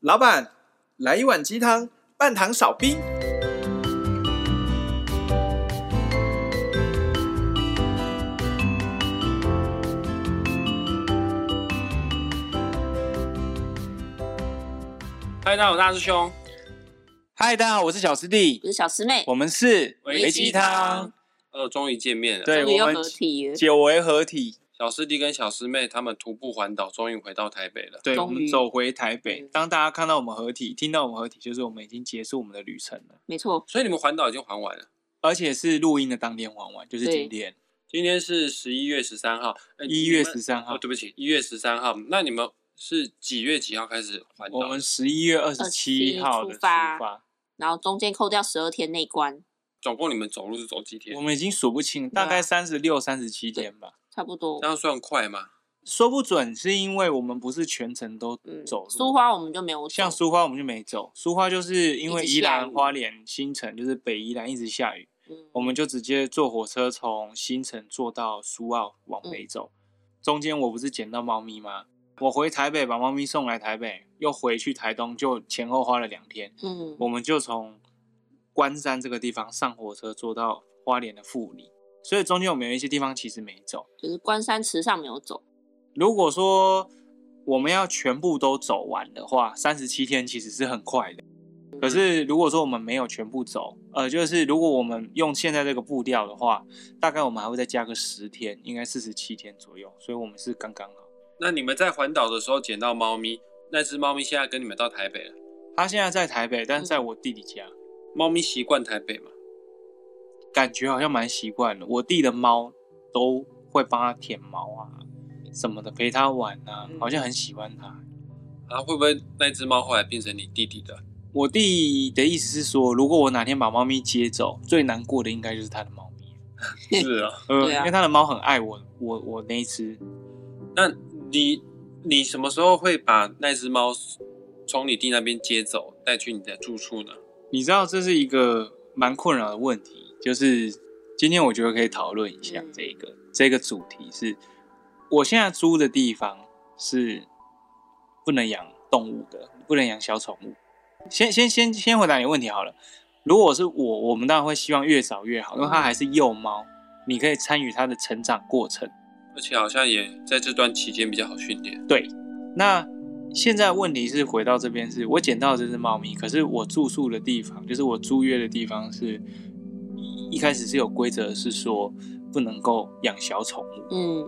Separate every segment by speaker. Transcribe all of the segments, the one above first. Speaker 1: 老板，来一碗鸡汤，半糖少冰。
Speaker 2: 嗨，大家好，我是大师兄。
Speaker 3: 嗨，大家好，我是小师弟
Speaker 4: 我，是小师妹，
Speaker 3: 我们是
Speaker 2: 维鸡汤，呃，终于见面了。
Speaker 3: 对
Speaker 4: 终于
Speaker 3: 我
Speaker 4: 又
Speaker 3: 们
Speaker 4: 合体了。
Speaker 3: 久违合体，
Speaker 2: 小师弟跟小师妹他们徒步环岛，终于回到台北了。
Speaker 3: 对，
Speaker 4: 终
Speaker 3: 我
Speaker 4: 于
Speaker 3: 们走回台北
Speaker 4: 嗯。
Speaker 3: 当大家看到我们合体，听到我们合体，就是我们已经结束我们的旅程了，
Speaker 4: 没错，
Speaker 2: 所以你们环岛已经环完了。
Speaker 3: 而且是录音的当天玩完，就是今天
Speaker 2: 今天是十一月十三号，呃
Speaker 3: 一月
Speaker 2: 你们
Speaker 3: 十三号
Speaker 2: 哦，，对不起，一月十三号。那你们是几月几号开始环岛？
Speaker 3: 我们十一月二十七号的
Speaker 4: 出
Speaker 3: 出
Speaker 4: 发
Speaker 3: 发，
Speaker 4: 然后中间扣掉十二天内关，
Speaker 2: 总共你们走路是走几天
Speaker 3: 我？们已经数不清，
Speaker 4: 对啊
Speaker 3: 大概三十六、三十七天吧，
Speaker 4: 差不多
Speaker 2: 这。样算快吗？
Speaker 3: 说不准是因为我们不是全程都
Speaker 4: 嗯，
Speaker 3: 走
Speaker 4: 苏
Speaker 3: 路。
Speaker 4: 花我们就没有走
Speaker 3: 像苏花我们就没走，苏花就是因为
Speaker 4: 一
Speaker 3: 宜
Speaker 4: 直下
Speaker 3: 兰、
Speaker 4: 雨
Speaker 3: 花莲、新城，就是北宜兰一直下雨，
Speaker 4: 嗯
Speaker 3: 我们就直接坐火车从新城坐到苏澳往
Speaker 4: 嗯
Speaker 3: 北走。中间我不是捡到猫咪吗？我回台北把猫咪送来台北，又回去台东，就前后花了两天。
Speaker 4: 嗯，
Speaker 3: 我们就从关山这个地方上火车坐到花莲的富里，所以中间我们有一些地方其实没走。
Speaker 4: 就是关山池上没有走，
Speaker 3: 如果说我们要全部都走完的话，三十七天其实是很快的。可是如果说我们没有全部走，呃，就是如果我们用现在这个步调的话，大概我们还会再加个十天，应该四十七天左右，所以我们是刚刚好。
Speaker 2: 那你们在环岛的时候捡到猫咪，那只猫咪现在跟你们到台北了。
Speaker 3: 他现在在台北，但是在我弟弟家，
Speaker 2: 猫咪习惯台北吗？
Speaker 3: 感觉好像蛮习惯的。我弟的猫都会帮他舔毛啊什么的，陪他玩啊，好像很喜欢他。
Speaker 2: 啊，会不会那只猫后来变成你弟弟 的？
Speaker 3: 我弟的意思是说，如果我哪天把猫咪接走，最难过的应该就是他的猫咪。
Speaker 2: 是啊，
Speaker 3: 呃，
Speaker 4: 对啊
Speaker 3: 因为他的猫很爱我，我我那一只，
Speaker 2: 那你你什么时候会把那只猫从你弟那边接走，带去你的住处呢？
Speaker 3: 你知道这是一个蛮困扰的问题，就是今天我觉得可以讨论一下
Speaker 4: 嗯
Speaker 3: 这个、这个主题是，我现在租的地方是不能养动物的，不能养小宠物。先先先先回答你的问题好了，如果是我，我们当然会希望越早越好，因为它还是幼猫，你可以参与它的成长过程。
Speaker 2: 而且好像也在这段期间比较好训练。
Speaker 3: 对，那现在问题是回到这边是，我捡到这只猫咪，可是我住宿的地方，就是我租约的地方是，一一开始是有规则是说不能够养小宠物。
Speaker 4: 嗯，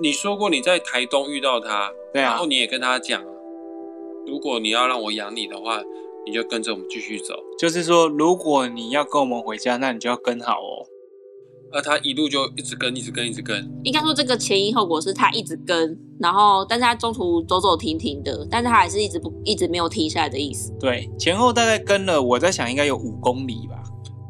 Speaker 2: 你说过你在台东遇到它，
Speaker 3: 对
Speaker 2: 然
Speaker 3: 啊
Speaker 2: 后，你也跟它讲，如果你要让我养你的话，你就跟着我们继续走。
Speaker 3: 就是说如果你要跟我们回家，那你就要跟好哦。
Speaker 2: 而它一路就一直跟，一直跟，一直跟。
Speaker 4: 应该说这个前因后果是他一直跟，然后但是他中途走走停停的，但是他还是一直不一直没有停下来的意思。
Speaker 3: 对，前后大概跟了，我在想应该有五公里吧。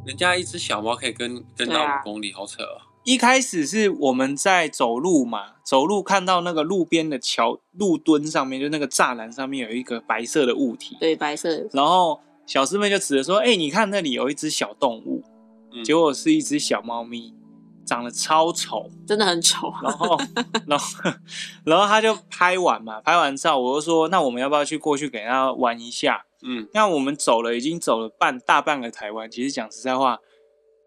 Speaker 2: 人家一只小猫可以跟跟
Speaker 4: 对
Speaker 2: 到
Speaker 4: 啊
Speaker 2: 五公里，好扯哦。
Speaker 3: 一开始是我们在走路嘛，走路看到那个路边的桥路墩上面，就那个栅栏上面有一个白色的物体，
Speaker 4: 对，白色的，
Speaker 3: 然后小师妹就指着说：“哎、你看那里有一只小动物，
Speaker 2: 嗯
Speaker 3: 结果是一只小猫咪，长得超丑。
Speaker 4: 真的很丑啊。
Speaker 3: 然后，然后，然后她就拍完嘛，拍完照，我就说：那我们要不要去过去给它玩一下？
Speaker 2: 嗯，
Speaker 3: 那我们走了，已经走了半大半个台湾。其实讲实在话，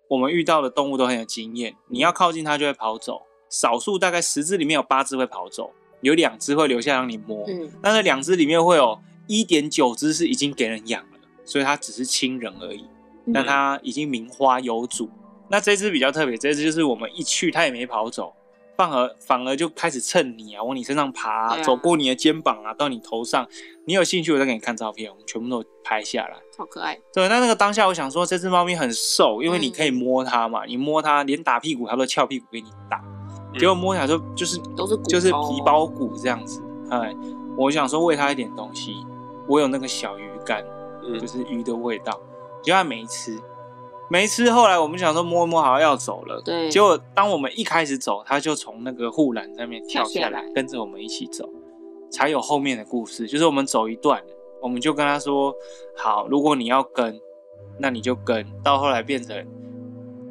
Speaker 3: 我们遇到的动物都很有经验，你要靠近它就会跑走，少数大概十只里面有八只会跑走，有两只会留下让你摸。
Speaker 4: 嗯，
Speaker 3: 那那两只里面会有一点九只是已经给人养了，所以它只是亲人而已，
Speaker 4: 嗯
Speaker 3: 但它已经名花有主。那这只比较特别，这只就是我们一去它也没跑走，反而反而就开始蹭你啊，往你身上爬啊、
Speaker 4: 对啊
Speaker 3: 走过你的肩膀啊，到你头上。你有兴趣，我再给你看照片，我们全部都拍下来。
Speaker 4: 好可爱。
Speaker 3: 对，那那个当下我想说，这只猫咪很瘦，因为你可以摸它嘛，你摸它连打屁股它都翘屁股给你打，
Speaker 2: 嗯
Speaker 3: 结果摸起来就就是
Speaker 4: 都是骨头哦
Speaker 3: 就是皮包骨这样子。哎，我想说喂它一点东西，我有那个小鱼干，
Speaker 2: 嗯
Speaker 3: 就是鱼的味道，结果它没吃，没吃。后来我们想说摸一摸好像要走了，
Speaker 4: 对，
Speaker 3: 结果当我们一开始走，它就从那个护栏上面跳下
Speaker 4: 跳下
Speaker 3: 来
Speaker 4: 来，
Speaker 3: 跟着我们一起走，才有后面的故事。就是我们走一段，我们就跟他说：“好，如果你要跟，那你就跟。”到后来变成，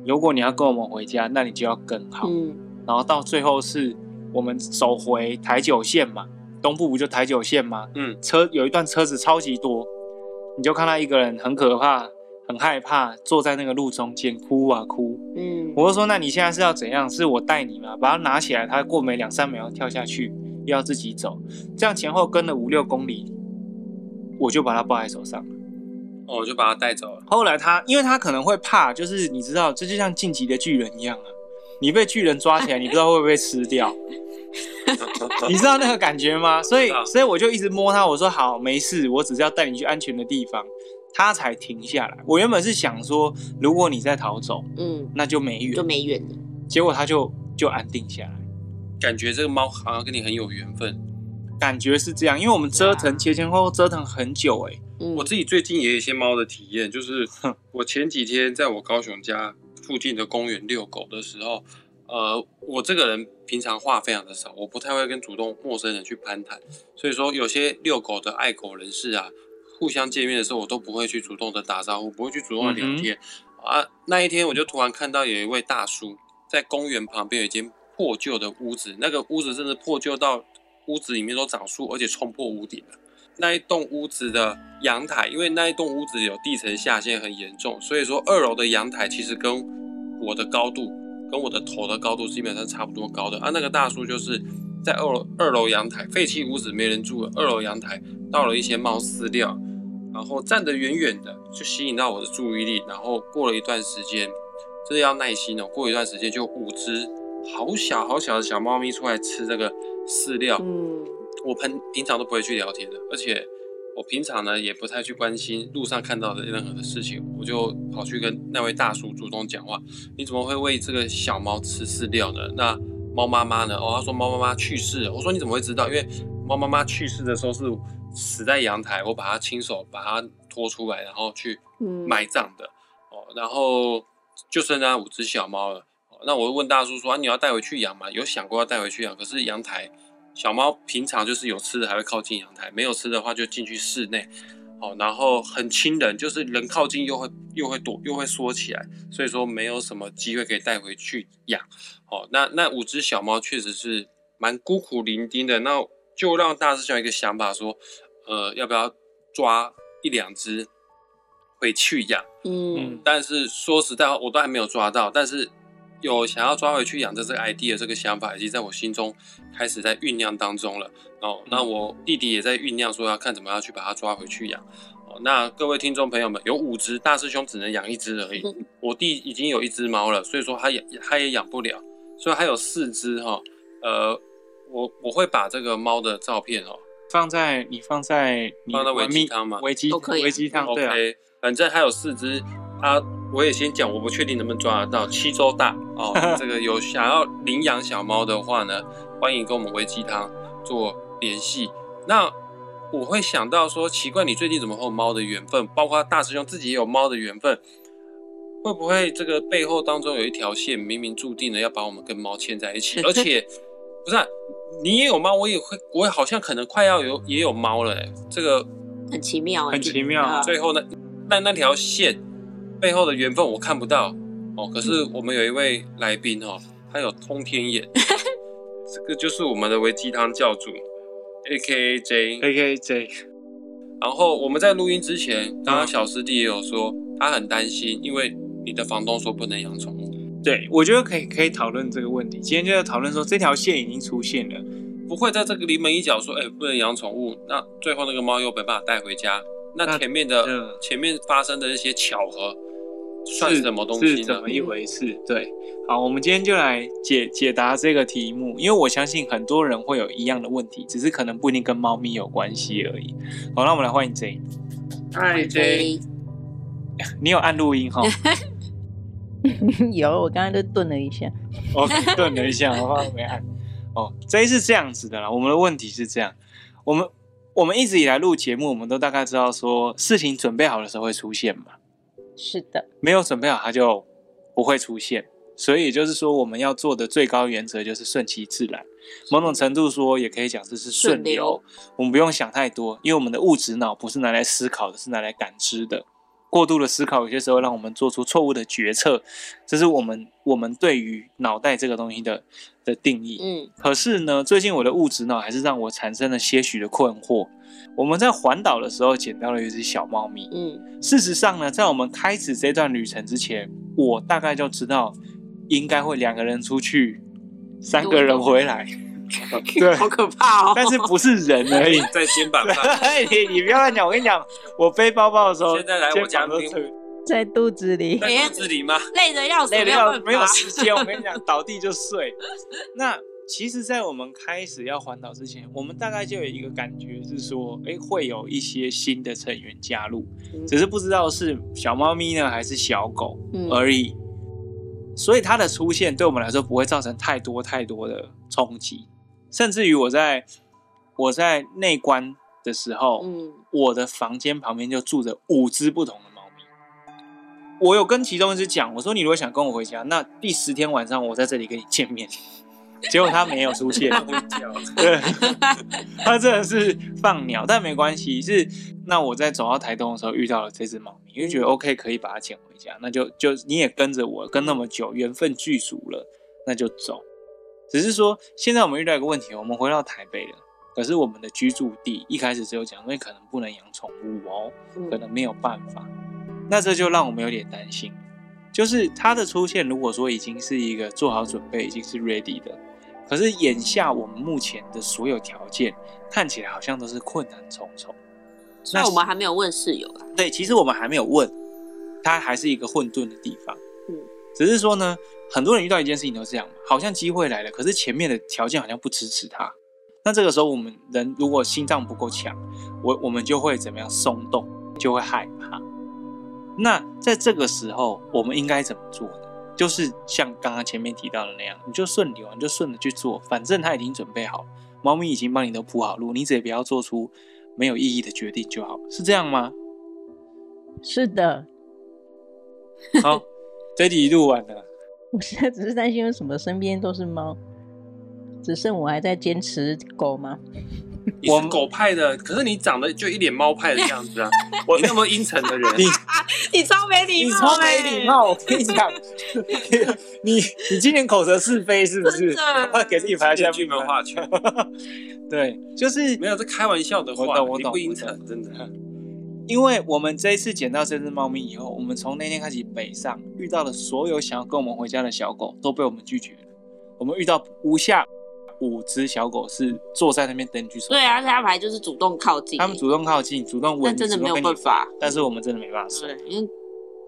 Speaker 3: 如果你要跟我们回家，那你就要跟好。
Speaker 4: 嗯，
Speaker 3: 然后到最后是我们走回台九线嘛，东部不就台九线吗？
Speaker 2: 嗯，
Speaker 3: 车有一段车子超级多，你就看到一个人很可怕、很害怕，坐在那个路中间哭啊哭。
Speaker 4: 嗯，
Speaker 3: 我就说，那你现在是要怎样？是我带你吗？把它拿起来，它过没两三秒跳下去，又要自己走，这样前后跟了五六公里，我就把它抱在手上。
Speaker 2: 哦我就把它带走了。
Speaker 3: 后来他，因为他可能会怕，就是你知道，这就像晋级的巨人一样啊，你被巨人抓起来，你不知道会不会吃掉， 你知道那个感觉吗？所以
Speaker 2: 知道，
Speaker 3: 所以我就一直摸他，我说好，没事，我只是要带你去安全的地方，他才停下来。我原本是想说，如果你在逃走，
Speaker 4: 嗯，
Speaker 3: 那就没
Speaker 4: 就
Speaker 3: 缘，
Speaker 4: 没缘了。
Speaker 3: 结果他就就安定下来。
Speaker 2: 感觉这个猫好像跟你很有缘分。
Speaker 3: 感觉是这样，因为我们折腾前前后后折腾很久、欸，
Speaker 4: 嗯，
Speaker 2: 我自己最近也有一些猫的体验，就是
Speaker 3: 哼
Speaker 2: 我前几天在我高雄家附近的公园遛狗的时候，呃，我这个人平常话非常的少，我不太会跟主动陌生人去攀谈，所以说有些遛狗的爱狗人士啊，互相见面的时候我都不会去主动的打招呼，不会去主动的聊天、啊。那一天我就突然看到有一位大叔在公园旁边有一间破旧的屋子，那个屋子真的破旧到屋子里面都长树，而且冲破屋顶了。那一栋屋子的阳台，因为那一栋屋子有地层下陷很严重，所以说二楼的阳台其实跟我的高度，跟我的头的高度基本上差不多高的。啊，那个大叔就是在二楼二楼阳台，废弃屋子没人住了，二楼阳台倒了一些猫饲料，然后站得远远的，就吸引到我的注意力。然后过了一段时间，这要耐心哦，过一段时间就五只好小好小的小猫咪出来吃这个饲料，
Speaker 4: 嗯
Speaker 2: 我平平常都不会去聊天的，而且我平常呢也不太去关心路上看到的任何的事情，我就跑去跟那位大叔主动讲话，你怎么会喂这个小猫吃饲料呢？那猫妈妈呢？哦，他说猫妈妈去世了。我说你怎么会知道？因为猫妈妈去世的时候是死在阳台，我把它亲手把它拖出来，然后去
Speaker 4: 嗯，
Speaker 2: 埋葬的哦，然后就剩下五只小猫了。哦那我问大叔说、啊：“你要带回去养吗？”有想过要带回去养，可是阳台小猫平常就是有吃的还会靠近阳台，没有吃的话就进去室内。哦，然后很亲人，就是人靠近又会又会躲又会缩起来，所以说没有什么机会可以带回去养。哦，那那五只小猫确实是蛮孤苦伶仃的，那就让大师兄一个想法说，呃，要不要抓一两只回去养？
Speaker 4: 嗯
Speaker 2: 但是说实在话，我都还没有抓到，但是有想要抓回去养的这个 idea 这个想法，已经在我心中开始在酝酿当中了。哦，那我弟弟也在酝酿说要看怎么样去把它抓回去养。哦，那各位听众朋友们，有五只，大师兄只能养一只而已。我弟已经有一只猫了，所以说他也他也养不了，所以还有四只哈、呃，我我会把这个猫的照片哦
Speaker 3: 放在你放在你
Speaker 2: 放在
Speaker 3: 维
Speaker 2: 维
Speaker 3: 密
Speaker 2: 基汤吗
Speaker 3: 维基
Speaker 4: 都可以啊
Speaker 3: 维基汤对啊，
Speaker 2: OK，反正还有四只啊，我也先讲，我不确定能不能抓得到，七周大 哦。这个有想要领养小猫的话呢，欢迎跟我们微鸡汤做联系。那我会想到说，奇怪，你最近怎么会有猫的缘分？包括大师兄自己也有猫的缘分，会不会这个背后当中有一条线，明明注定了要把我们跟猫牵在 一起？而且，不是、啊、你也有猫，我也会，我好像可能快要有也有猫了、欸，这个
Speaker 4: 很奇妙欸，
Speaker 3: 很奇妙
Speaker 4: 啊
Speaker 2: 最后那那那条线背后的缘分我看不到哦，可是我们有一位来宾哦，他有通天眼，这个就是我们的维鸡汤教主，A K A J。
Speaker 3: A K J
Speaker 2: 然后我们在录音之前，刚刚小师弟也有说他很担心，因为你的房东说不能养宠物，
Speaker 3: 对，我觉得可以可以讨论这个问题。今天就在讨论说这条线已经出现了，
Speaker 2: 不会在这个临门一脚说，哎，不能养宠物，那最后那个猫又没办法带回家，
Speaker 3: 那
Speaker 2: 那前面的
Speaker 3: 嗯
Speaker 2: 前面发生的一些巧合算
Speaker 3: 是
Speaker 2: 什么东西
Speaker 3: 是
Speaker 2: 呢
Speaker 3: 怎？么一回事？对，好，我们今天就来解解答这个题目，因为我相信很多人会有一样的问题，只是可能不一定跟猫咪有关系而已。好，那我们来欢迎 J，
Speaker 2: 嗨 J，
Speaker 4: 对
Speaker 3: 你有按录音 哈？
Speaker 5: 有，我刚刚就顿了一下。
Speaker 3: 我顿了一下，我怕没按。哦，这是这样子的啦。我们的问题是这样，我们我们一直以来录节目，我们都大概知道说事情准备好的时候会出现嘛，
Speaker 5: 是的，
Speaker 3: 没有准备好它就不会出现。所以也就是说，我们要做的最高原则就是顺其自然。某种程度说，也可以讲这是顺
Speaker 4: 顺流
Speaker 3: 流。我们不用想太多，因为我们的物质脑不是拿来思考的，是拿来感知的。过度的思考有些时候让我们做出错误的决策，这是我们我们对于脑袋这个东西的的定义。
Speaker 4: 嗯
Speaker 3: 可是呢，最近我的物质脑还是让我产生了些许的困惑。我们在环岛的时候捡到了一只小猫咪，
Speaker 4: 嗯
Speaker 3: 事实上呢，在我们开始这段旅程之前，我大概就知道应该会两个人出去，三个人回来。 对，
Speaker 4: 好可怕哦！
Speaker 3: 但是不是人而 已。
Speaker 2: 在肩膀上，
Speaker 3: 对你你不要乱讲，我跟你讲，我背包包的时候，
Speaker 2: 现在来我
Speaker 3: 肩
Speaker 2: 家
Speaker 3: 膀都
Speaker 2: 听
Speaker 3: 特别
Speaker 5: 在肚 子里。
Speaker 2: 在肚子里吗？
Speaker 4: 哎累得要死，
Speaker 3: 累的
Speaker 4: 没有
Speaker 3: 要
Speaker 4: 办法
Speaker 3: 没有时间，我跟你讲，倒地就睡。那其实，在我们开始要环岛之前，我们大概就有一个感觉是说，哎、会有一些新的成员加入，
Speaker 4: 嗯
Speaker 3: 只是不知道是小猫咪呢还是小狗
Speaker 4: 嗯
Speaker 3: 而已。所以它的出现对我们来说不会造成太多太多的冲击，甚至于我在我在内观的时候，
Speaker 4: 嗯
Speaker 3: 我的房间旁边就住着五只不同的猫咪。我有跟其中一只讲，我说你如果想跟我回家，那第十天晚上我在这里跟你见面。结果它没有出现，
Speaker 2: 会叫，
Speaker 3: 对，它真的是放鸟，但没关系。是那我在走到台东的时候遇到了这只猫咪，就觉得 OK 可以把它捡回家，那就就你也跟着我跟那么久，缘分具足了，那就走。只是说现在我们遇到一个问题，我们回到台北了，可是我们的居住地一开始只有讲，因哎为可能不能养宠物哦，
Speaker 4: 嗯
Speaker 3: 可能没有办法。那这就让我们有点担心，就是它的出现，如果说已经是一个做好准备，已经是 ready 的，可是眼下我们目前的所有条件看起来好像都是困难重重。
Speaker 4: 所以我们还没有问室友啊啦。
Speaker 3: 对，其实我们还没有问，它还是一个混沌的地方。
Speaker 4: 嗯，
Speaker 3: 只是说呢，很多人遇到一件事情都是这样，好像机会来了，可是前面的条件好像不支持它。那这个时候，我们人如果心脏不够强，我我们就会怎么样松动，就会害怕。那在这个时候，我们应该怎么做呢？就是像刚刚前面提到的那样，你就顺流，你就顺着去做，反正它已经准备好了，猫咪已经帮你都铺好路，你只要不要做出没有意义的决定就好，是这样吗？
Speaker 5: 是的，
Speaker 3: 好，这集录完了。
Speaker 5: 我现在只是担心为什么身边都是猫，只剩我还在坚持狗吗？
Speaker 2: 你是狗派的，可是你长得就一脸猫派的样子啊！我那么阴沉的 人，
Speaker 3: 你
Speaker 4: 你超没礼
Speaker 3: 你
Speaker 4: 貌、
Speaker 3: 超没礼欸貌，我跟你讲，你你今年口舌是非是不是
Speaker 4: 真的？
Speaker 3: 给自己排下
Speaker 2: 巨门
Speaker 3: 话。
Speaker 2: 画圈，
Speaker 3: 对，就是
Speaker 2: 没有这开玩笑的话，
Speaker 3: 我懂我
Speaker 2: 你
Speaker 3: 懂
Speaker 2: 不阴
Speaker 3: 我
Speaker 2: 沉，真的。
Speaker 3: 因为我们这一次捡到这只猫咪以后，我们从那天开始北上，遇到的所有想要跟我们回家的小狗都被我们拒绝了。我们遇到无下五只小狗是坐在那边等你去收，
Speaker 4: 对啊，而且他们还就是主动靠近，
Speaker 3: 他们主动靠近，主动
Speaker 4: 但
Speaker 3: 闻，
Speaker 4: 真的
Speaker 3: 主
Speaker 4: 没
Speaker 3: 动
Speaker 4: 有
Speaker 3: 跟你
Speaker 4: 办法，
Speaker 3: 但是我们真的没办法收。
Speaker 4: 对，因为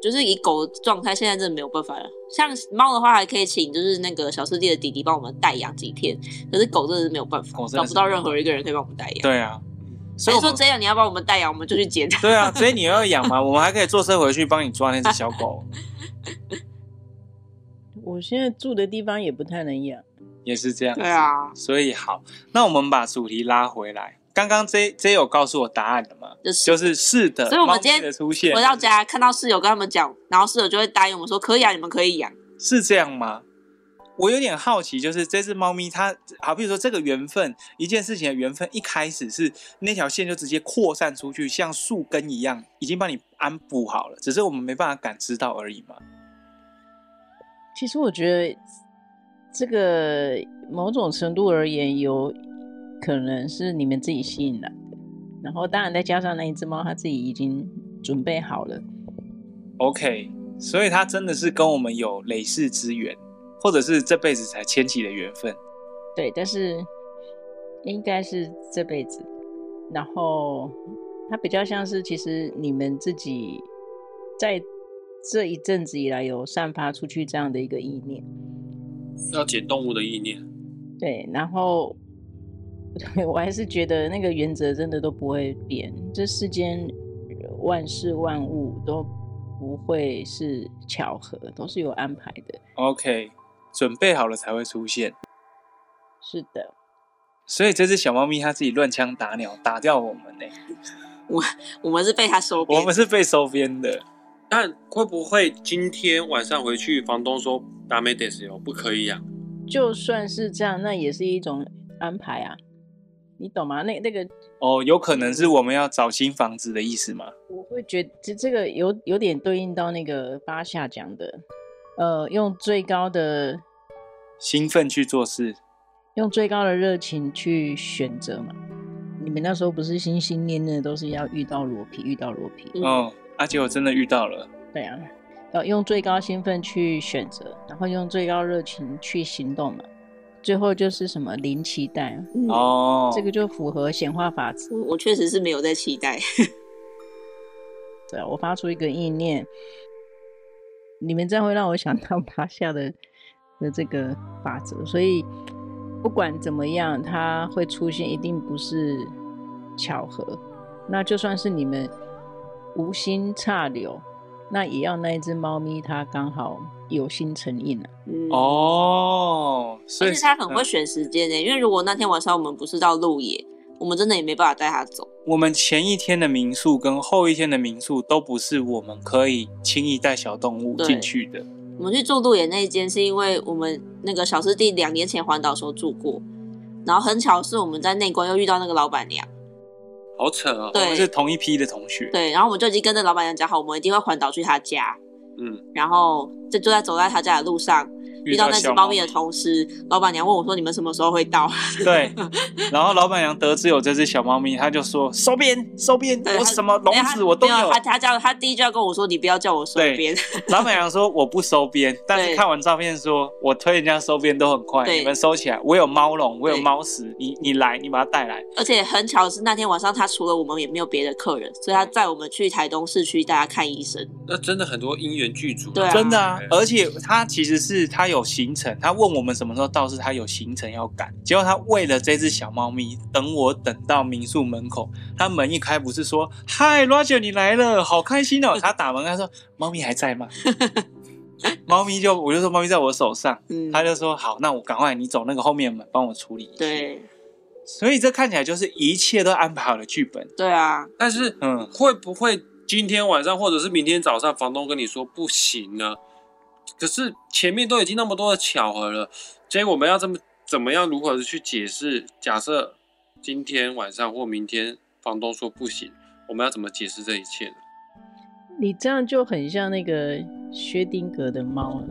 Speaker 4: 就是以狗的状态，现在真的没有办法了。像猫的话，还可以请就是那个小师弟的弟弟帮我们代养几天，可是狗真的是没有办法
Speaker 3: 狗，真
Speaker 4: 找
Speaker 3: 的是
Speaker 4: 不到任何一个人可以帮我们代养。
Speaker 3: 对啊，所
Speaker 4: 所
Speaker 3: 以
Speaker 4: 以
Speaker 3: 我
Speaker 4: 说
Speaker 3: 们
Speaker 4: 这样你要帮我们代养，我们就 去捡它。
Speaker 3: 对啊，所以你要养嘛，我们还可以坐车回去帮你抓那只小狗，
Speaker 5: 我现在住的地方也不太能养。
Speaker 3: 也是这样。
Speaker 4: 对，啊，
Speaker 3: 所以好，那我们把主题拉回来。刚刚 J J 有告诉我答案了吗？
Speaker 4: 就是
Speaker 3: 就是是的，
Speaker 4: 所以我们今天
Speaker 3: 猫咪的出现
Speaker 4: 回到家看到室友跟他们讲，然后室友就会答应我们说可以啊，你们可以养。
Speaker 3: 是这样吗？我有点好奇，就是这只猫咪它，好比如说这个缘分，一件事情的缘分，一开始是那条线就直接扩散出去，像树根一样，已经帮你安补好了，只是我们没办法感知到而已嘛。
Speaker 5: 其实我觉得这个某种程度而言，有可能是你们自己吸引来的，然后当然再加上那一只猫，它自己已经准备好了。
Speaker 3: OK，所以它真的是跟我们有累世之缘，或者是这辈子才牵起的缘分。
Speaker 5: 对，但是应该是这辈子。然后它比较像是，其实你们自己在这一阵子以来有散发出去这样的一个意念，
Speaker 2: 要捡动物的意念，
Speaker 5: 对，然后 对我还是觉得那个原则真的都不会变，这世间万事万物都不会是巧合，都是有安排的。
Speaker 3: OK，准备好了才会出现。
Speaker 5: 是的，
Speaker 3: 所以这只小猫咪它自己乱枪打鸟，打掉我们呢、
Speaker 4: 我们是被他收
Speaker 3: 我
Speaker 4: 编
Speaker 3: 们，是被收编的。
Speaker 2: 但会不会今天晚上回去，房东说达美得斯哟，不可以养？
Speaker 5: 就算是这样，那也是一种安排啊。你懂吗？那那个
Speaker 3: 哦，有可能是我们要找新房子的意思吗？
Speaker 5: 我会觉得这这个有有点对应到那个巴夏讲的，呃，用最高的
Speaker 3: 兴奋去做事，
Speaker 5: 用最高的热情去选择嘛。你们那时候不是心心念念的都是要遇到裸皮，遇到裸皮，
Speaker 4: 嗯
Speaker 3: 哦，而且我真的遇到了，
Speaker 5: 对啊，要用最高兴奋去选择，然后用最高热情去行动嘛。最后就是什么零期待，啊
Speaker 4: 嗯，
Speaker 3: 哦，
Speaker 5: 这个就符合显化法则。
Speaker 4: 我我确实是没有在期待，
Speaker 5: 对啊，我发出一个意念，你们这样会让我想到 巴夏的的这个法则，所以不管怎么样，它会出现一定不是巧合。那就算是你们无心插柳，那也要那一只猫咪它刚好有心成印啊。
Speaker 4: 嗯，，
Speaker 3: 哦，所
Speaker 4: 而
Speaker 3: 以
Speaker 4: 且他很会选时间欸呢、因为如果那天晚上我们不是到鹿野，我们真的也没办法带他走。
Speaker 3: 嗯我们前一天的民宿跟后一天的民宿都不是我们可以轻易带小动物
Speaker 4: 对
Speaker 3: 进去的。
Speaker 4: 我们去住鹿野那一间，是因为我们那个小师弟两年前环岛时候住过，然后很巧是我们在内关又遇到那个老板娘，
Speaker 2: 好扯哦。
Speaker 4: 对
Speaker 3: 我们是同一批的同学，
Speaker 4: 对，然后我们就已经跟着老板娘讲好，我们一定会环岛去她家，
Speaker 2: 嗯，
Speaker 4: 然后就就在走在她家的路上遇到那只
Speaker 3: 小
Speaker 4: 猫咪的同时，老板娘问我说你们什么时候会 到？
Speaker 3: 对，然后老板娘得知有这只小猫咪，她就说收编收编，
Speaker 4: 对
Speaker 3: 我
Speaker 4: 她
Speaker 3: 什么笼
Speaker 4: 没有哎她
Speaker 3: 子我都
Speaker 4: 没
Speaker 3: 有
Speaker 4: 他。他叫他第一句要跟我说你不要叫我收
Speaker 3: 对
Speaker 4: 编，
Speaker 3: 老板娘说我不收 编，但是
Speaker 4: 对
Speaker 3: 看完照片说，我推人家收编都很快，
Speaker 4: 对
Speaker 3: 你们收起来，我有猫笼，我有
Speaker 4: 对
Speaker 3: 猫食，你你来，你把它带来。
Speaker 4: 而且很巧是那天晚上他除了我们也没有别的客人，所以他
Speaker 3: 嗯
Speaker 4: 载我们去台东市区大家看医生。
Speaker 2: 那真的很多因缘具足啊，
Speaker 4: 对啊
Speaker 3: 真的啊
Speaker 2: 对！
Speaker 3: 而且他其实是他有行程，他问我们什么时候到，是他有行程要赶。结果他为了这只小猫咪，等我等到民宿门口，他门一开，不是说“嗨，Roger，你来了，好开心哦！”他打门，他说：“猫咪还在吗？” 猫咪就我就说猫咪在我手上，
Speaker 4: 嗯，
Speaker 3: 他就说：“好，那我赶快你走那个后面的门，帮我处理一下。”，
Speaker 4: 对
Speaker 3: 所以这看起来就是一切都安排好的剧本。
Speaker 4: 对啊，
Speaker 2: 但是
Speaker 3: 嗯，
Speaker 2: 会不会今天晚上或者是明天早上，房东跟你说不行呢？可是前面都已经那么多的巧合了，结果我们要这么怎么样如何的去解释？假设今天晚上或明天房东说不行，我们要怎么解释这一切呢？
Speaker 5: 你这样就很像那个薛丁格的猫了。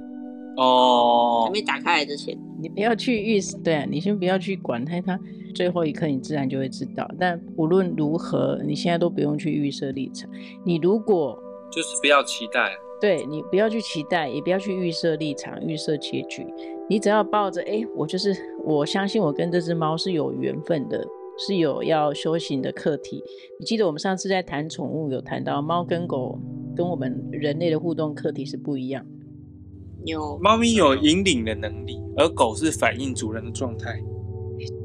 Speaker 4: 还
Speaker 3: 哦，
Speaker 4: 没打开来之前，
Speaker 5: 你不要去预，对、啊、你先不要去管它，它最后一刻你自然就会知道。但无论如何，你现在都不用去预设立场。你如果
Speaker 2: 就是不要期待，
Speaker 5: 对你不要去期待，也不要去预设立场、预设结局，你只要抱着诶，我就是我相信我跟这只猫是有缘分的，是有要修行的课题。你记得我们上次在谈宠物有谈到猫跟狗跟我们人类的互动课题是不一样的。
Speaker 4: 有
Speaker 3: 猫咪有引领的能力，而狗是反映主人的状态。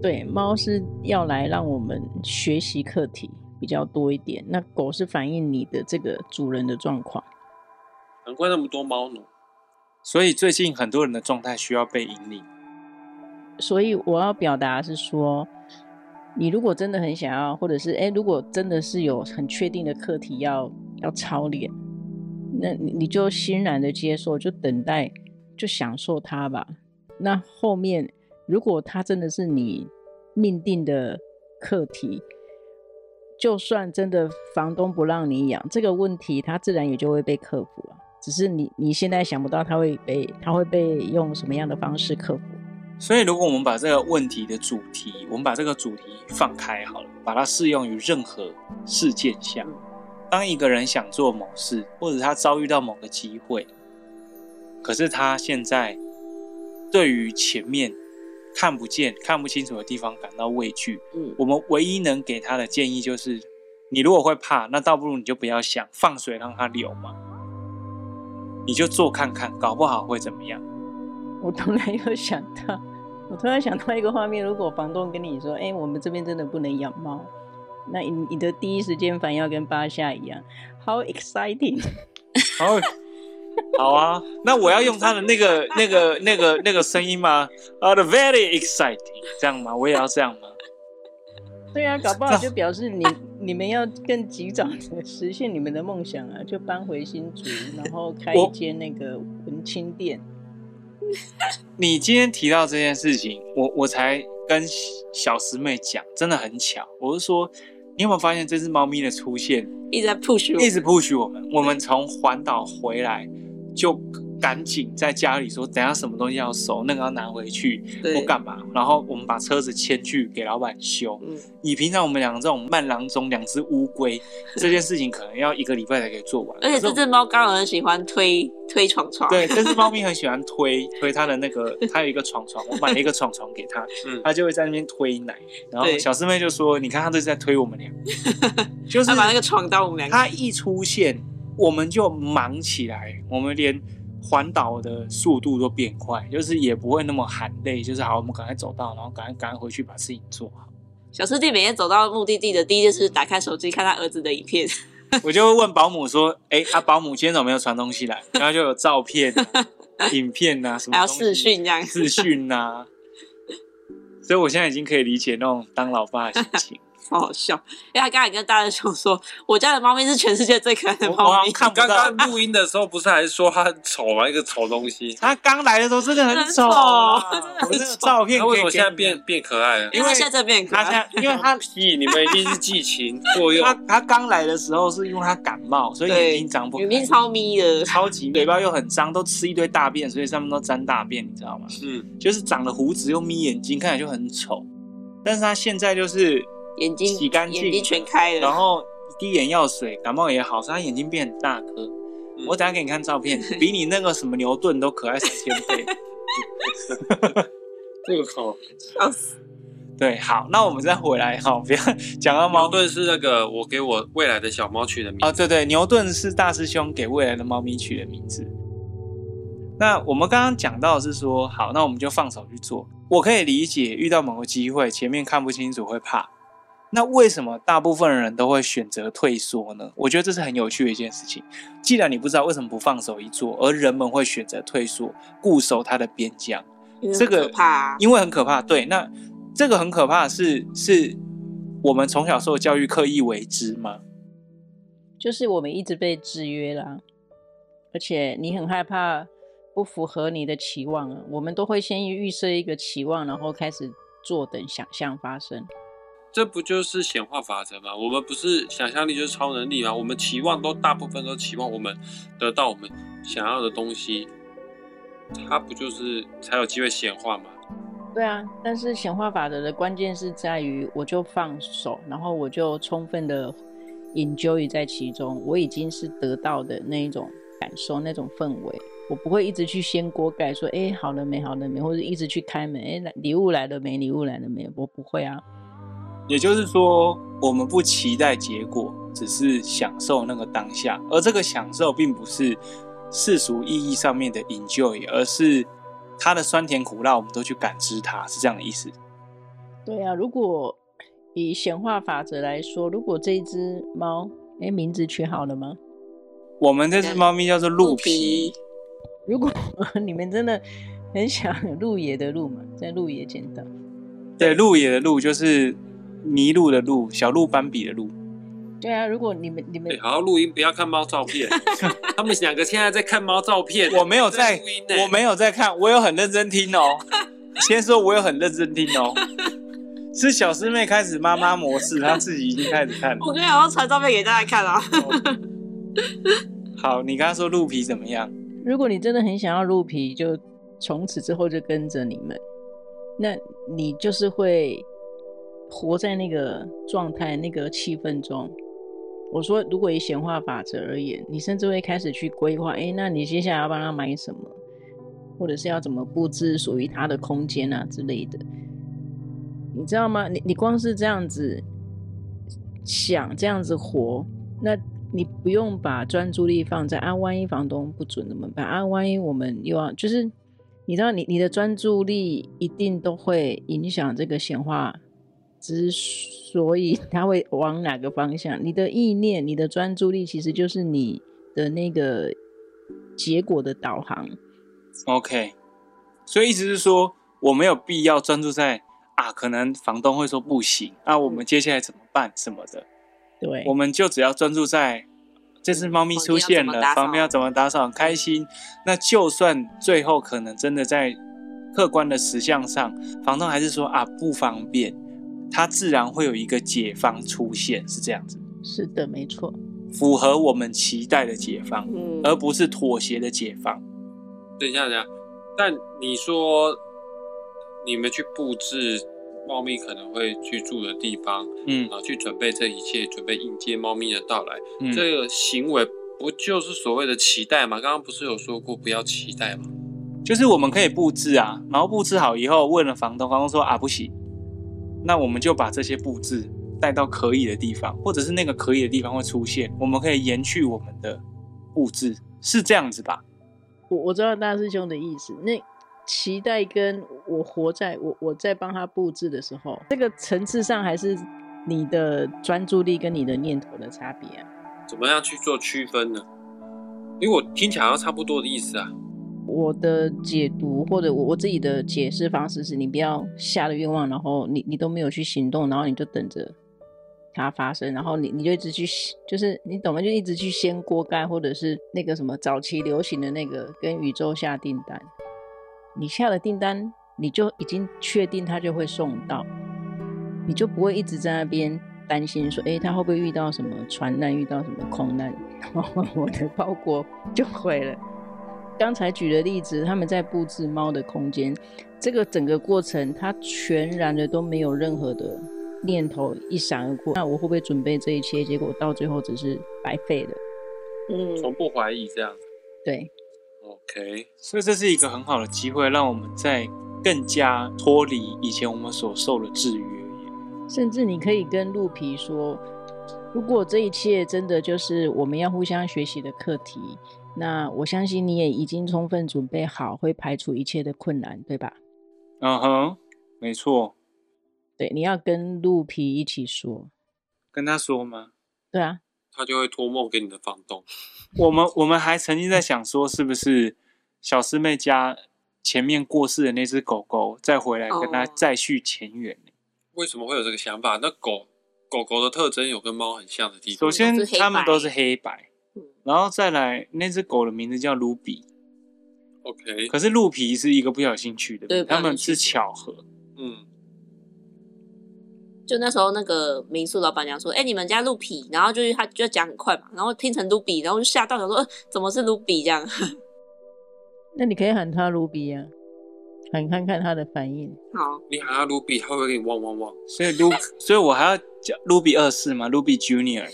Speaker 5: 对，猫是要来让我们学习课题比较多一点，那狗是反映你的这个主人的状况。
Speaker 2: 难怪那么多猫奴。
Speaker 3: 所以最近很多人的状态需要被引领。
Speaker 5: 所以我要表达是说，你如果真的很想要，或者是哎，诶如果真的是有很确定的课题要要操练，那你你就欣然的接受，就等待，就享受它吧。那后面如果它真的是你命定的课题，就算真的房东不让你养，这个问题它自然也就会被克服了、只是你你现在想不到它会被它会被用什么样的方式克服。
Speaker 3: 所以，如果我们把这个问题的主题，我们把这个主题放开好了，把它适用于任何事件下。当一个人想做某事，或者他遭遇到某个机会，可是他现在对于前面看不见、看不清楚的地方感到畏惧，
Speaker 4: 嗯
Speaker 3: 我们唯一能给他的建议就是：你如果会怕，那倒不如你就不要想，放水让它流嘛，你就做看看，搞不好会怎么样？
Speaker 5: 我突然又想到，我突然想到一个画面：如果房东跟你说：“哎、我们这边真的不能养猫。”那你你的第一时间反应要跟巴夏一样，好 exciting！
Speaker 3: 好，好啊，那我要用他的那个、那个、那个、那个声音吗？啊、t h e very exciting，这样吗？我也要这样吗？
Speaker 5: 对啊，搞不好就表示你你们要更及早的实现你们的梦想啊，就搬回新竹，然后开一
Speaker 3: 我
Speaker 5: 间那个文青店。
Speaker 3: 你今天提到这件事情，我我才跟小师妹讲，真的很巧，我是说，你有没有发现这只猫咪的出现
Speaker 4: 一直在 push 我，
Speaker 3: 一直 push 我们？我们从环岛回来就赶紧在家里说，等一下什么东西要收，那个要拿回去
Speaker 4: 对
Speaker 3: 或干嘛，然后我们把车子牵去给老板修。
Speaker 4: 嗯，
Speaker 3: 以平常我们两个这种慢郎中，两只乌 龟，这件事情可能要一个礼拜才可以做完。
Speaker 4: 而且
Speaker 3: 可是
Speaker 4: 这只猫刚好很喜欢推推床床，
Speaker 3: 对，但是猫咪很喜欢推 推它的那个，它有一个床床，我买了一个床床给 它，
Speaker 2: 嗯
Speaker 3: 它就会在那边推奶。然后
Speaker 4: 对
Speaker 3: 小师妹就说：“你看，它都是在推我们 俩，就是
Speaker 4: 它把那个床当我们两个，
Speaker 3: 它一出现，我们就忙起来，我们连环岛的速度都变快，就是也不会那么喊累，就是好，我们赶快走到，然后赶快赶快回去把事情做好。
Speaker 4: 小师弟每天走到目的地的第一件事，打开手机看他儿子的影片，
Speaker 3: 我就问保姆说：“哎、啊，保姆今天怎么没有传东西来？”然后就有照片、啊、影片啊，什么
Speaker 4: 还有
Speaker 3: 东
Speaker 4: 视
Speaker 3: 西
Speaker 4: 讯这样。
Speaker 3: 自训呐、所以我现在已经可以理解那种当老爸的心情。
Speaker 4: 好好笑。因为他刚才跟大家说说，我家的猫咪是全世界最可爱的
Speaker 3: 我我
Speaker 4: 猫
Speaker 3: 好
Speaker 4: 咪
Speaker 3: 像。看不
Speaker 2: 刚
Speaker 3: 到
Speaker 2: 刚，录音的时候不是还说他很丑吗？一个丑 东西，
Speaker 3: 他刚来的时候真的 很丑啊，
Speaker 4: 很丑 真的很
Speaker 3: 我那个照片
Speaker 2: 他为什么
Speaker 3: 可以给
Speaker 2: 现在
Speaker 3: 你啊
Speaker 2: 变？啊变可爱了？
Speaker 4: 因为它现在这边很可
Speaker 3: 他现
Speaker 4: 爱，
Speaker 3: 在，因为他
Speaker 2: 屁，你们一定是寄情作用
Speaker 3: 他。他刚来的时候是因为他感冒，所以
Speaker 4: 对
Speaker 3: 眼睛长不开
Speaker 4: 眼，睛超咪的，
Speaker 3: 超级嘴巴又很脏，都吃一堆大便，所以上面都沾大便，你知道吗？
Speaker 2: 嗯，
Speaker 3: 就是长了胡子又眯眼睛，看起来就很丑。但是他现在就是
Speaker 4: 眼睛
Speaker 3: 洗干净
Speaker 4: 嗯眼睛全开
Speaker 3: 然
Speaker 4: 了。
Speaker 3: 后滴眼药水，感冒也好，所以他眼睛变很大颗。
Speaker 2: 嗯
Speaker 3: 我等下给你看照 片，比你那个什么牛顿都可爱三千倍。
Speaker 2: 这个口
Speaker 4: 笑死
Speaker 3: 对，好，那我们再回来哈，不要讲到
Speaker 2: 矛
Speaker 3: 猫
Speaker 2: 盾是那个我给我未来的小猫取的名啊
Speaker 3: 哦，
Speaker 2: 字。
Speaker 3: 对对，牛顿是大师兄给未来的猫咪取的名字。那我们刚刚讲到的是说，好，那我们就放手去做。我可以理解遇到某个机会，前面看不清楚会怕。那为什么大部分人都会选择退缩呢？我觉得这是很有趣的一件事情。既然你不知道为什么不放手一做，而人们会选择退缩，固守它的边疆，这个
Speaker 4: 很可怕啊，
Speaker 3: 因为很可怕。对，那这个很可怕的是是我们从小受教育刻意为之吗？
Speaker 5: 就是我们一直被制约啦，而且你很害怕不符合你的期望啊。我们都会先预设一个期望，然后开始坐等想象发生。
Speaker 2: 这不就是显化法则吗？我们不是想象力就是超能力吗？我们期望都大部分都期望我们得到我们想要的东西，它不就是才有机会显化吗？
Speaker 5: 对啊，但是显化法则的关键是在于，我就放手，然后我就充分的 enjoy 在其中，我已经是得到的那一种感受，那种氛围。我不会一直去掀锅盖说，哎，好了没，好了没，或者一直去开门，哎，礼物来了没，礼物来了没，我不会啊。
Speaker 3: 也就是说，我们不期待结果，只是享受那个当下。而这个享受并不是世俗意义上面的 enjoy，而是它的酸甜苦辣，我们都去感知它，是这样的意思。
Speaker 5: 对啊，如果以显化法则来说，如果这一只猫，哎，名字取好了吗？
Speaker 3: 我们这只猫咪叫做鹿皮
Speaker 4: 皮，
Speaker 5: 如果 你们真的很想鹿野的鹿嘛，在鹿野捡到。
Speaker 3: 对，鹿野的鹿就是麋鹿的鹿，小鹿斑比的鹿。
Speaker 5: 对啊，如果你们你们
Speaker 2: 哎、好好录音，不要看猫照 片。他们两个现在在看猫照片，
Speaker 3: 我没有在
Speaker 2: 录音呢、
Speaker 3: 我没有在看，我有很认真听哦。先说我有很认真听哦，是小师妹开始妈妈模式，她自己已经开始看了
Speaker 4: 我。刚才要传照片给大家看啊，
Speaker 3: 好，你刚刚说鹿皮怎么样？
Speaker 5: 如果你真的很想要鹿皮，就从此之后就跟着你们，那你就是会活在那个状态、那个气氛中。我说，如果以显化法则而言，你甚至会开始去规划，哎，那你接下来要帮他买什么，或者是要怎么布置属于他的空间啊之类的。你知道吗？你你光是这样子想，这样子活，那你不用把专注力放在啊，万一房东不准怎么办啊？万一我们又要就是，你知道你你的专注力一定都会影响这个显化，之所以它会往哪个方向，你的意念、你的专注力其实就是你的那个结果的导航。
Speaker 3: OK，所以意思是说，我没有必要专注在啊，可能房东会说不行，那、我们接下来怎么办什么的，
Speaker 5: 对，
Speaker 3: 我们就只要专注在这只猫咪出现了，
Speaker 4: 房间要怎
Speaker 3: 房
Speaker 4: 么打扫
Speaker 3: 间要怎么打扫，很开心。那就算最后可能真的在客观的实相上，房东还是说啊不方便，他自然会有一个解方出现，是这样子，
Speaker 5: 是的，没错。
Speaker 3: 符合我们期待的解方，
Speaker 4: 嗯，
Speaker 3: 而不是妥协的解放。
Speaker 2: 等一下，等一下，但你说你们去布置猫咪可能会居住的地方，
Speaker 3: 嗯
Speaker 2: 啊，去准备这一切，准备迎接猫咪的到来，
Speaker 3: 嗯，
Speaker 2: 这个行为不就是所谓的期待吗？刚刚不是有说过不要期待吗？
Speaker 3: 就是我们可以布置啊，然后布置好以后问了房东，房东说啊不行，那我们就把这些布置带到可以的地方，或者是那个可以的地方会出现，我们可以延续我们的布置，是这样子吧？
Speaker 5: 我我知道大师兄的意思，那期待跟我活在我我在帮他布置的时候，这个层次上还是你的专注力跟你的念头的差别啊。
Speaker 2: 怎么样去做区分呢？因为我听起来好像差不多的意思啊。
Speaker 5: 我的解读或者我我自己的解释方式是，你不要下了愿望，然后你你都没有去行动，然后你就等着它发生，然后你你就一直去，就是你懂吗？就一直去掀锅盖，或者是那个什么早期流行的那个跟宇宙下订单，你下了订单，你就已经确定它就会送到，你就不会一直在那边。担心说，诶，他会不会遇到什么船难，遇到什么空难，然后 我的包裹就毁了。刚才举的例子，他们在布置猫的空间，这个整个过程，他全然的都没有任何的念头一闪而过。那我会不会准备这一切？结果到最后只是白费了。
Speaker 4: 嗯
Speaker 2: 从不怀疑这样。
Speaker 5: 对，
Speaker 2: OK，
Speaker 3: 所以这是一个很好的机会，让我们在更加脱离以前我们所受的制约。
Speaker 5: 甚至你可以跟鹿皮说，如果这一切真的就是我们要互相学习的课题，那我相信你也已经充分准备好，会排除一切的困难，对吧？
Speaker 3: 嗯哼，没错，
Speaker 5: 对，你要跟鹿皮一起说。
Speaker 3: 跟他说吗？
Speaker 5: 对啊，
Speaker 2: 他就会托梦给你的房东。
Speaker 3: 我们我们还曾经在想说，是不是小师妹家前面过世的那只狗狗再回来跟她
Speaker 4: 哦嗯
Speaker 3: 再续前缘呢、
Speaker 2: 为什么会有这个想法？那狗狗狗的特征有跟猫很像的地方
Speaker 3: 首
Speaker 4: 都。是黑
Speaker 3: 先
Speaker 4: 白
Speaker 3: 它们都是黑白
Speaker 4: 嗯，
Speaker 3: 然后再来那只狗的名字叫卢比，
Speaker 2: OK，
Speaker 3: 可是鹿皮是一个不小心取的名
Speaker 4: 对
Speaker 3: 字，它
Speaker 4: 不小
Speaker 3: 们
Speaker 4: 心取
Speaker 3: 是巧合。
Speaker 2: 嗯，
Speaker 4: 就那时候那个民宿老板娘说：“哎、你们家鹿皮？”然后就是他就讲很快嘛，然后听成卢比，然后就吓到想说：“呃，怎么是卢比这样
Speaker 5: 那你可以喊他卢比啊，喊看看他的反应。？”
Speaker 4: 好，
Speaker 2: 你喊他卢比，他会不会给你汪汪汪？
Speaker 3: 所以卢，所以我还要叫卢比二世嘛，卢比 Junior。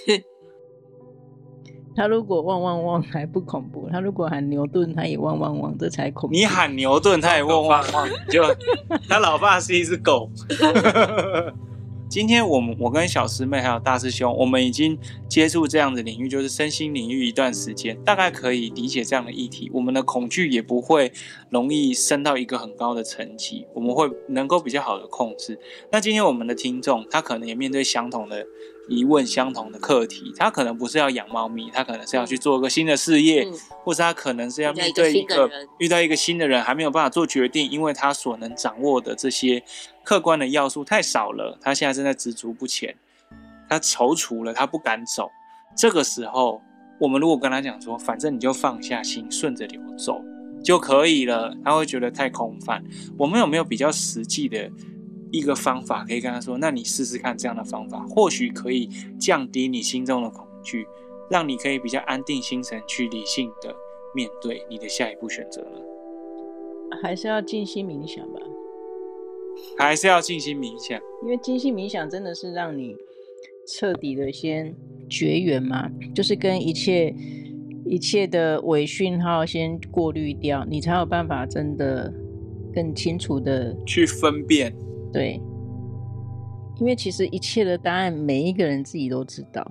Speaker 5: 他如果汪汪汪还不恐怖，他如果喊牛顿，他也汪汪汪，这才恐怖。
Speaker 3: 你喊牛顿，他也汪汪汪，你就 他老爸是一只狗。 今天我们我跟小师妹还有大师兄，我们已经接触这样的领域，就是身心领域一段时间，大概可以理解这样的议题。我们的恐惧也不会容易升到一个很高的层级，我们会能够比较好的控制。那今天我们的听众，他可能也面对相同的疑问、相同的课题，他可能不是要养猫咪，他可能是要去做个新的事业，
Speaker 4: 嗯，
Speaker 3: 或是他可能是要面
Speaker 4: 遇到
Speaker 3: 对
Speaker 4: 一个
Speaker 3: 一
Speaker 4: 新的
Speaker 3: 个
Speaker 4: 人
Speaker 3: 遇到一个新的人，还没有办法做决定，因为他所能掌握的这些客观的要素太少了，他现在正在执足不前，他踌躇了，他不敢走。这个时候，我们如果跟他讲说，反正你就放下心，顺着流走就可以了，他会觉得太空泛。我们有没有比较实际的一个方法可以跟他说？那你试试看这样的方法，或许可以降低你心中的恐惧，让你可以比较安定心神，去理性的面对你的下一步选择呢？
Speaker 5: 还是要静心冥想吧，
Speaker 3: 还是要进行冥想？
Speaker 5: 因为静心冥想真的是让你彻底的先绝缘嘛，就是跟一切一切的伪讯号先过滤掉，你才有办法真的更清楚的
Speaker 3: 去分辨，
Speaker 5: 对，因为其实一切的答案每一个人自己都知道，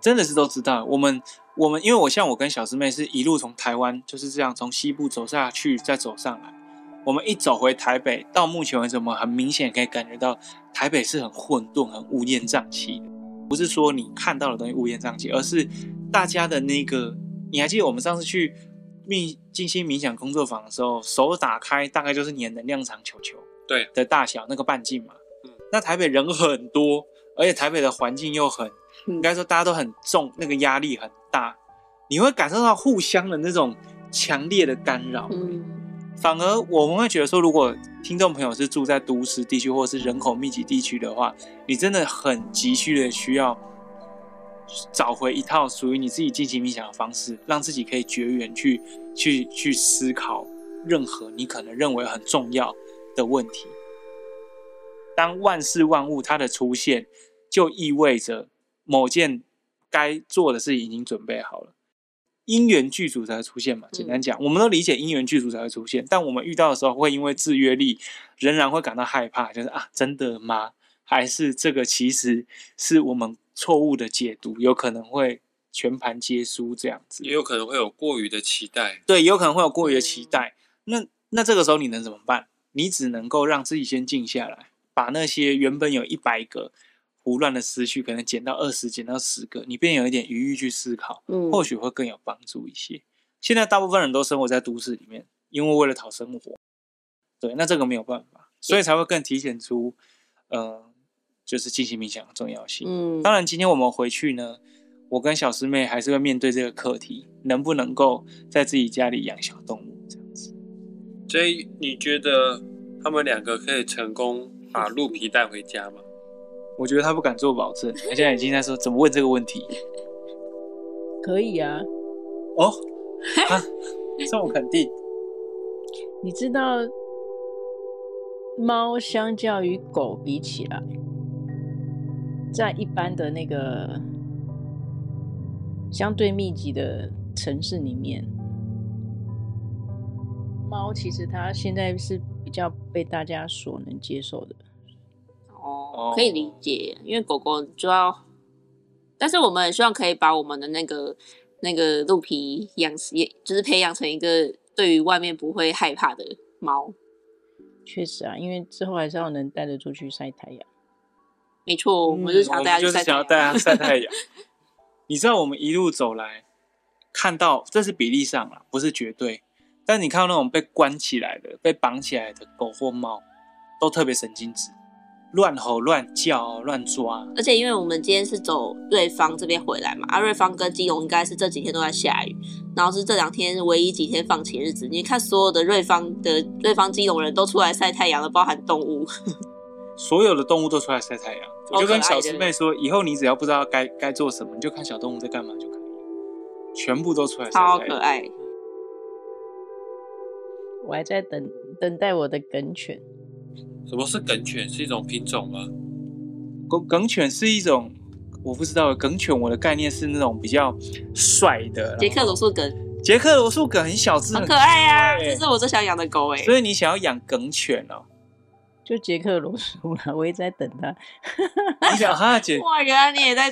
Speaker 3: 真的是都知道。我们我们，因为我像我跟小师妹是一路从台湾就是这样从西部走下去，再走上来。我们一走回台北，到目前为止，我们很明显可以感觉到台北是很混沌、很乌烟瘴气的。不是说你看到的东西乌烟瘴气，而是大家的那个。你还记得我们上次去密静心冥想工作坊的时候，手打开大概就是你的能量场球球
Speaker 2: 对
Speaker 3: 的大小那个半径嘛。
Speaker 2: 嗯
Speaker 3: 那台北人很多，而且台北的环境又很应该说大家都很重，那个压力很大，你会感受到互相的那种强烈的干扰。
Speaker 4: 嗯，
Speaker 3: 反而我们会觉得说，如果听众朋友是住在都市地区或是人口密集地区的话，你真的很急需的需要找回一套属于你自己进行冥想的方式，让自己可以绝缘去去去思考任何你可能认为很重要的问题。当万事万物它的出现，就意味着某件该做的事已经准备好了。因缘具足才会出现嘛，简单讲，我们都理解因缘具足才会出现，但我们遇到的时候会因为制约力，仍然会感到害怕，就是啊，真的吗？还是这个其实是我们错误的解读，有可能会全盘皆输这样子
Speaker 2: 也。有可能会有过于的期待。
Speaker 3: 对，有可能会有过于的期待。嗯那那这个时候你能怎么办？你只能够让自己先静下来，把那些原本有一百个胡乱的思绪，可能减到二十，减到十个，你便有一点余裕去思考。
Speaker 4: 嗯，
Speaker 3: 或许会更有帮助一些。现在大部分人都生活在都市里面，因为为了讨生活，对，那这个没有办法，所以才会更体现出，呃，就是进行冥想的重要性。
Speaker 4: 嗯，
Speaker 3: 当然，今天我们回去呢，我跟小师妹还是会面对这个课题，能不能够在自己家里养小动物这样子？
Speaker 2: 所以你觉得他们两个可以成功把鹿皮带回家吗？
Speaker 3: 我觉得她不敢做保证，她现在已经在说怎么问这个问题
Speaker 5: 可以啊。
Speaker 3: 哦，啊，这么肯定，
Speaker 5: 你知道，猫相较于狗比起来，在一般的那个相对密集的城市里面，猫其实它现在是比较被大家所能接受的。
Speaker 4: 哦，可以理解，因为狗狗就要，但是我们很希望可以把我们的那个那个鹿皮养，也就是培养成一个对于外面不会害怕的猫。
Speaker 5: 确实啊，因为之后还是要能带得出去晒太阳。
Speaker 4: 没错，我们就是想要大家
Speaker 3: 嗯就
Speaker 4: 去啊
Speaker 3: 是
Speaker 4: 晒
Speaker 3: 想要
Speaker 4: 太
Speaker 3: 带
Speaker 4: 阳。
Speaker 3: 它晒太阳。 你知道我们一路走来，看到这是比例上啦，不是绝对。但你看到那种被关起来的、被绑起来的狗或猫，都特别神经质，乱吼、乱叫、乱抓。
Speaker 4: 而且因为我们今天是走瑞芳这边回来嘛，啊，瑞芳跟基隆应该是这几天都在下雨，然后是这两天唯一几天放晴日子。你看所有的瑞芳的瑞芳基隆人都出来晒太阳了，包含动物。
Speaker 3: 所有的动物都出来晒太阳。我就跟
Speaker 4: 哦好可
Speaker 3: 小
Speaker 4: 爱的
Speaker 3: 师妹说，以后你只要不知道该该做什么，你就看小动物在干嘛就可以了。全部都出来晒
Speaker 4: 超
Speaker 3: 太
Speaker 4: 可
Speaker 3: 阳。
Speaker 4: 爱。
Speaker 5: 我还在等等待我的梗犬，
Speaker 2: 什么是梗犬？是一种品种吗？
Speaker 3: 梗梗犬是一种，我不知道梗犬，我的概念是那种比较帅的。
Speaker 4: 杰克鲁素梗
Speaker 3: 杰克罗素梗很小只，
Speaker 4: 很可爱啊，
Speaker 3: 可爱
Speaker 4: 这是我最想养的狗哎、
Speaker 3: 所以你想要养梗犬 哦？
Speaker 5: 就杰克罗素啦，我也在等它。
Speaker 3: 你想哈杰
Speaker 4: 哇，原来你也在，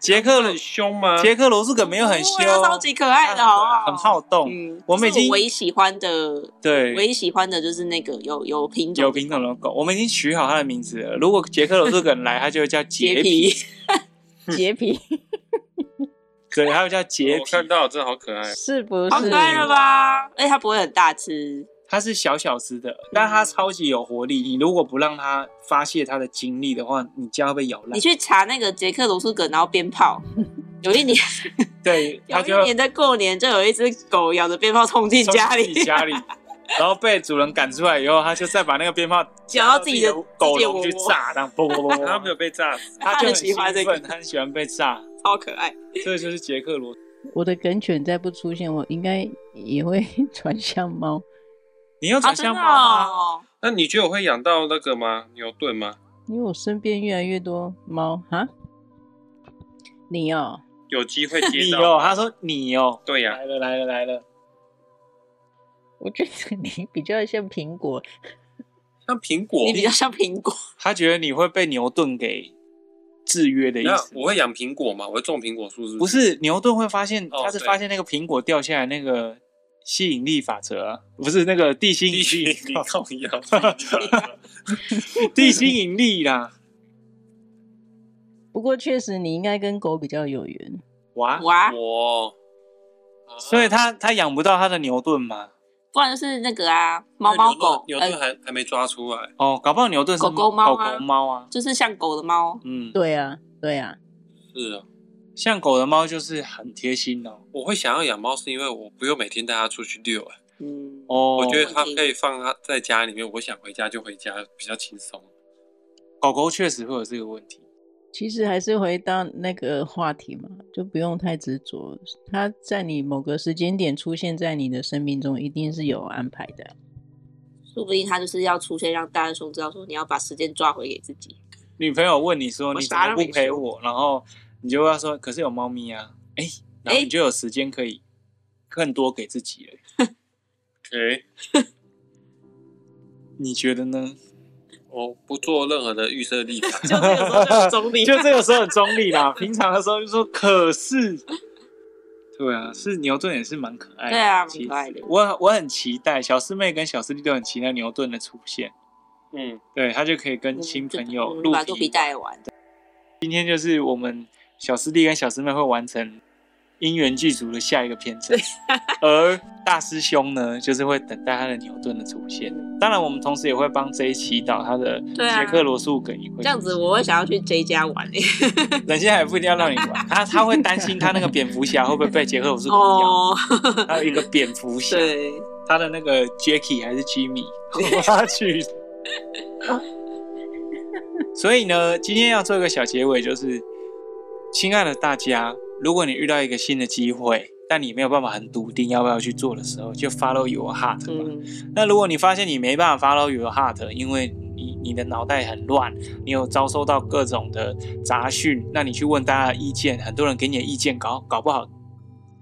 Speaker 3: 杰克罗
Speaker 2: 凶吗
Speaker 3: 杰克罗素梗没有很凶哦啊
Speaker 4: 哇，超级可爱的，好不好？
Speaker 3: 很好动。
Speaker 4: 嗯，
Speaker 3: 我们已经
Speaker 4: 这是唯一喜欢的，唯
Speaker 3: 对，
Speaker 4: 一喜欢的就是那个有有品种，
Speaker 3: 有品种的狗，我们已经取好它的名字了。如果杰克罗素梗来，它就会叫
Speaker 4: 洁
Speaker 3: 洁
Speaker 4: 皮
Speaker 3: 皮，，
Speaker 5: 洁癖
Speaker 3: 对，它会叫洁 皮。
Speaker 2: 我哦看到了真的好可爱。
Speaker 5: 是不
Speaker 4: 好
Speaker 5: 是
Speaker 4: 可？爱哦了吧？而且它不会很大只，
Speaker 3: 它是小小只的，但它超级有活力。你如果不让它发泄它的精力的话，你家会被咬烂
Speaker 4: 你。去查那个杰克罗素梗，然后鞭 炮。有一年，
Speaker 3: 对，
Speaker 4: 有
Speaker 3: 它就
Speaker 4: 一
Speaker 3: 要
Speaker 4: 年在过年，就有一只狗咬着鞭炮冲 进
Speaker 3: 冲
Speaker 4: 家
Speaker 3: 进
Speaker 4: 里
Speaker 3: 自，己家里，然后被主人赶出来以后，它就再把那个鞭炮
Speaker 4: 咬到自己的
Speaker 3: 狗笼
Speaker 4: 自
Speaker 3: 去
Speaker 4: 己的窝窝
Speaker 3: 炸，这样啵啵啵啵啵。
Speaker 2: 它没有被炸 死，
Speaker 3: 他就很
Speaker 4: 很喜欢这
Speaker 3: 兴
Speaker 4: 个
Speaker 3: 奋，他很喜欢被炸，
Speaker 4: 超可爱。
Speaker 3: 这个就是杰克罗。
Speaker 5: 我的梗犬再不出现，我应该也会 转向猫。
Speaker 3: 你要
Speaker 4: 啊，
Speaker 3: 转
Speaker 4: 真
Speaker 3: 向
Speaker 4: 的
Speaker 3: 猫啊？
Speaker 4: 哦，
Speaker 2: 那你觉得我会养到那个吗？牛顿吗？
Speaker 5: 因为我身边越来越多猫哈，你哦，
Speaker 2: 有机会 接
Speaker 3: 你
Speaker 2: 到？
Speaker 3: 哦，他说你哦，
Speaker 2: 对呀、
Speaker 3: 来了来了来了，
Speaker 5: 我觉得你比较像苹果，
Speaker 2: 像苹果，
Speaker 4: 你比较像苹果，
Speaker 3: 他觉得你会被牛顿给制约的意
Speaker 2: 那
Speaker 3: 思。
Speaker 2: 我会养苹果吗？我会种苹果树是
Speaker 3: 不
Speaker 2: 不
Speaker 3: 是牛顿会发现，
Speaker 2: 哦
Speaker 3: 他是
Speaker 2: 对
Speaker 3: 发现那个苹果掉下来那个吸引力法则啊，不是那个地心
Speaker 2: 地心
Speaker 3: 引
Speaker 2: 引
Speaker 3: 力，
Speaker 2: 力靠腰
Speaker 3: 地心引力啦。
Speaker 5: 不过确实你应该跟狗比较有缘。
Speaker 3: 哇，
Speaker 4: 哇，
Speaker 2: 我，
Speaker 3: 啊所
Speaker 2: 哦
Speaker 3: 以他他养不到他的牛顿嘛？
Speaker 4: 不然就是那个啊，猫猫狗，
Speaker 2: 牛
Speaker 4: 呃
Speaker 2: 顿，还还没抓出来，
Speaker 3: 哦，搞不好牛顿是
Speaker 4: 狗狗猫
Speaker 3: 狗
Speaker 4: 啊
Speaker 3: 狗猫啊，
Speaker 4: 就是像狗的猫，
Speaker 3: 嗯，
Speaker 5: 对啊，对啊，
Speaker 2: 是啊，
Speaker 3: 像狗的猫就是很贴心哦。
Speaker 2: 我会想要养猫是因为我不用每天带它出去遛、哎
Speaker 4: 嗯，
Speaker 3: 哦，
Speaker 2: 我觉得它可以放它在家里面，我想回家就回家，比较轻松。
Speaker 3: 狗狗确实会有这个问题。
Speaker 5: 其实还是回到那个话题嘛，就不用太执着。它在你某个时间点出现在你的生命中，一定是有安排的。
Speaker 4: 说不定他就是要出现，让大恩兄知道说你要把时间抓回给自己。
Speaker 3: 女朋友问你说
Speaker 4: 我
Speaker 3: 你怎么
Speaker 4: 啥都
Speaker 3: 不
Speaker 4: 没
Speaker 3: 陪
Speaker 4: 说
Speaker 3: 我，然后你就要说可是有猫咪啊，哎、然后
Speaker 4: 哎
Speaker 3: 你就有时间可以更多给自己了。
Speaker 2: OK，
Speaker 3: 你觉得呢？
Speaker 2: 我不做任何的预设 立场。
Speaker 4: 就这个时候就是中立，
Speaker 3: 就 这个时候很中立啦，平常的时候就说可是，对啊，是牛顿也是蛮可爱的，
Speaker 4: 对啊蛮
Speaker 3: 其实
Speaker 4: 可爱的
Speaker 3: 我我很期待小师妹跟小师弟都很期待牛顿的出现，
Speaker 2: 嗯，
Speaker 3: 对他就可以跟
Speaker 4: 嗯
Speaker 3: 新
Speaker 4: 就
Speaker 3: 朋友
Speaker 4: 嗯
Speaker 3: 录
Speaker 4: 把肚皮带完。
Speaker 3: 今天就是我们小师弟跟小师妹会完成姻缘剧组的下一个篇章，而大师兄呢，就是会等待他的牛顿的出现。当然，我们同时也会帮 J 祈祷他的
Speaker 4: 嗯对啊
Speaker 3: 杰克罗素梗也会
Speaker 4: 这样子我会想要去 J 家玩欸 诶、
Speaker 3: 人家还不一定要让你玩，他他会担心他那个蝙蝠侠会不会被杰克鲁斯给咬，
Speaker 4: 哦，
Speaker 3: 还有一个蝙蝠侠，
Speaker 4: 对，
Speaker 3: 他的那个 Jackie 还是 Jimmy，我要去。所以呢，今天要做一个小结尾，就是，亲爱的大家，如果你遇到一个新的机会，但你没有办法很笃定要不要去做的时候，就 follow your heart 吧。
Speaker 4: 嗯，
Speaker 3: 那如果你发现你没办法 follow your heart，因为你你的脑袋很乱，你有遭受到各种的杂讯，那你去问大家的意见，很多人给你的意见搞搞不好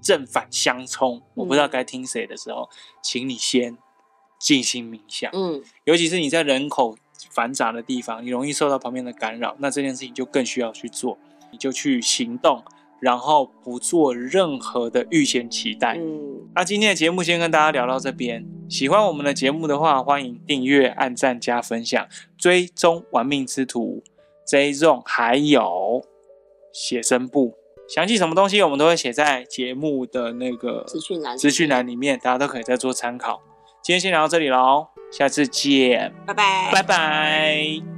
Speaker 3: 正反相冲，我不知道该听谁的时候，请你先静心冥想，
Speaker 4: 嗯，
Speaker 3: 尤其是你在人口繁杂的地方，你容易受到旁边的干扰，那这件事情就更需要去做，你就去行动，然后不做任何的预先期待，
Speaker 4: 嗯，
Speaker 3: 那今天的节目先跟大家聊到这边。喜欢我们的节目的话，欢迎订阅、按赞、加分享、追踪玩命之徒、追踪，还有写生部。详细什么东西，我们都会写在节目的那个
Speaker 4: 资讯栏，
Speaker 3: 资讯，栏里面，大家都可以再做参考。今天先聊到这里喽，下次见，
Speaker 4: 拜拜，
Speaker 3: 拜拜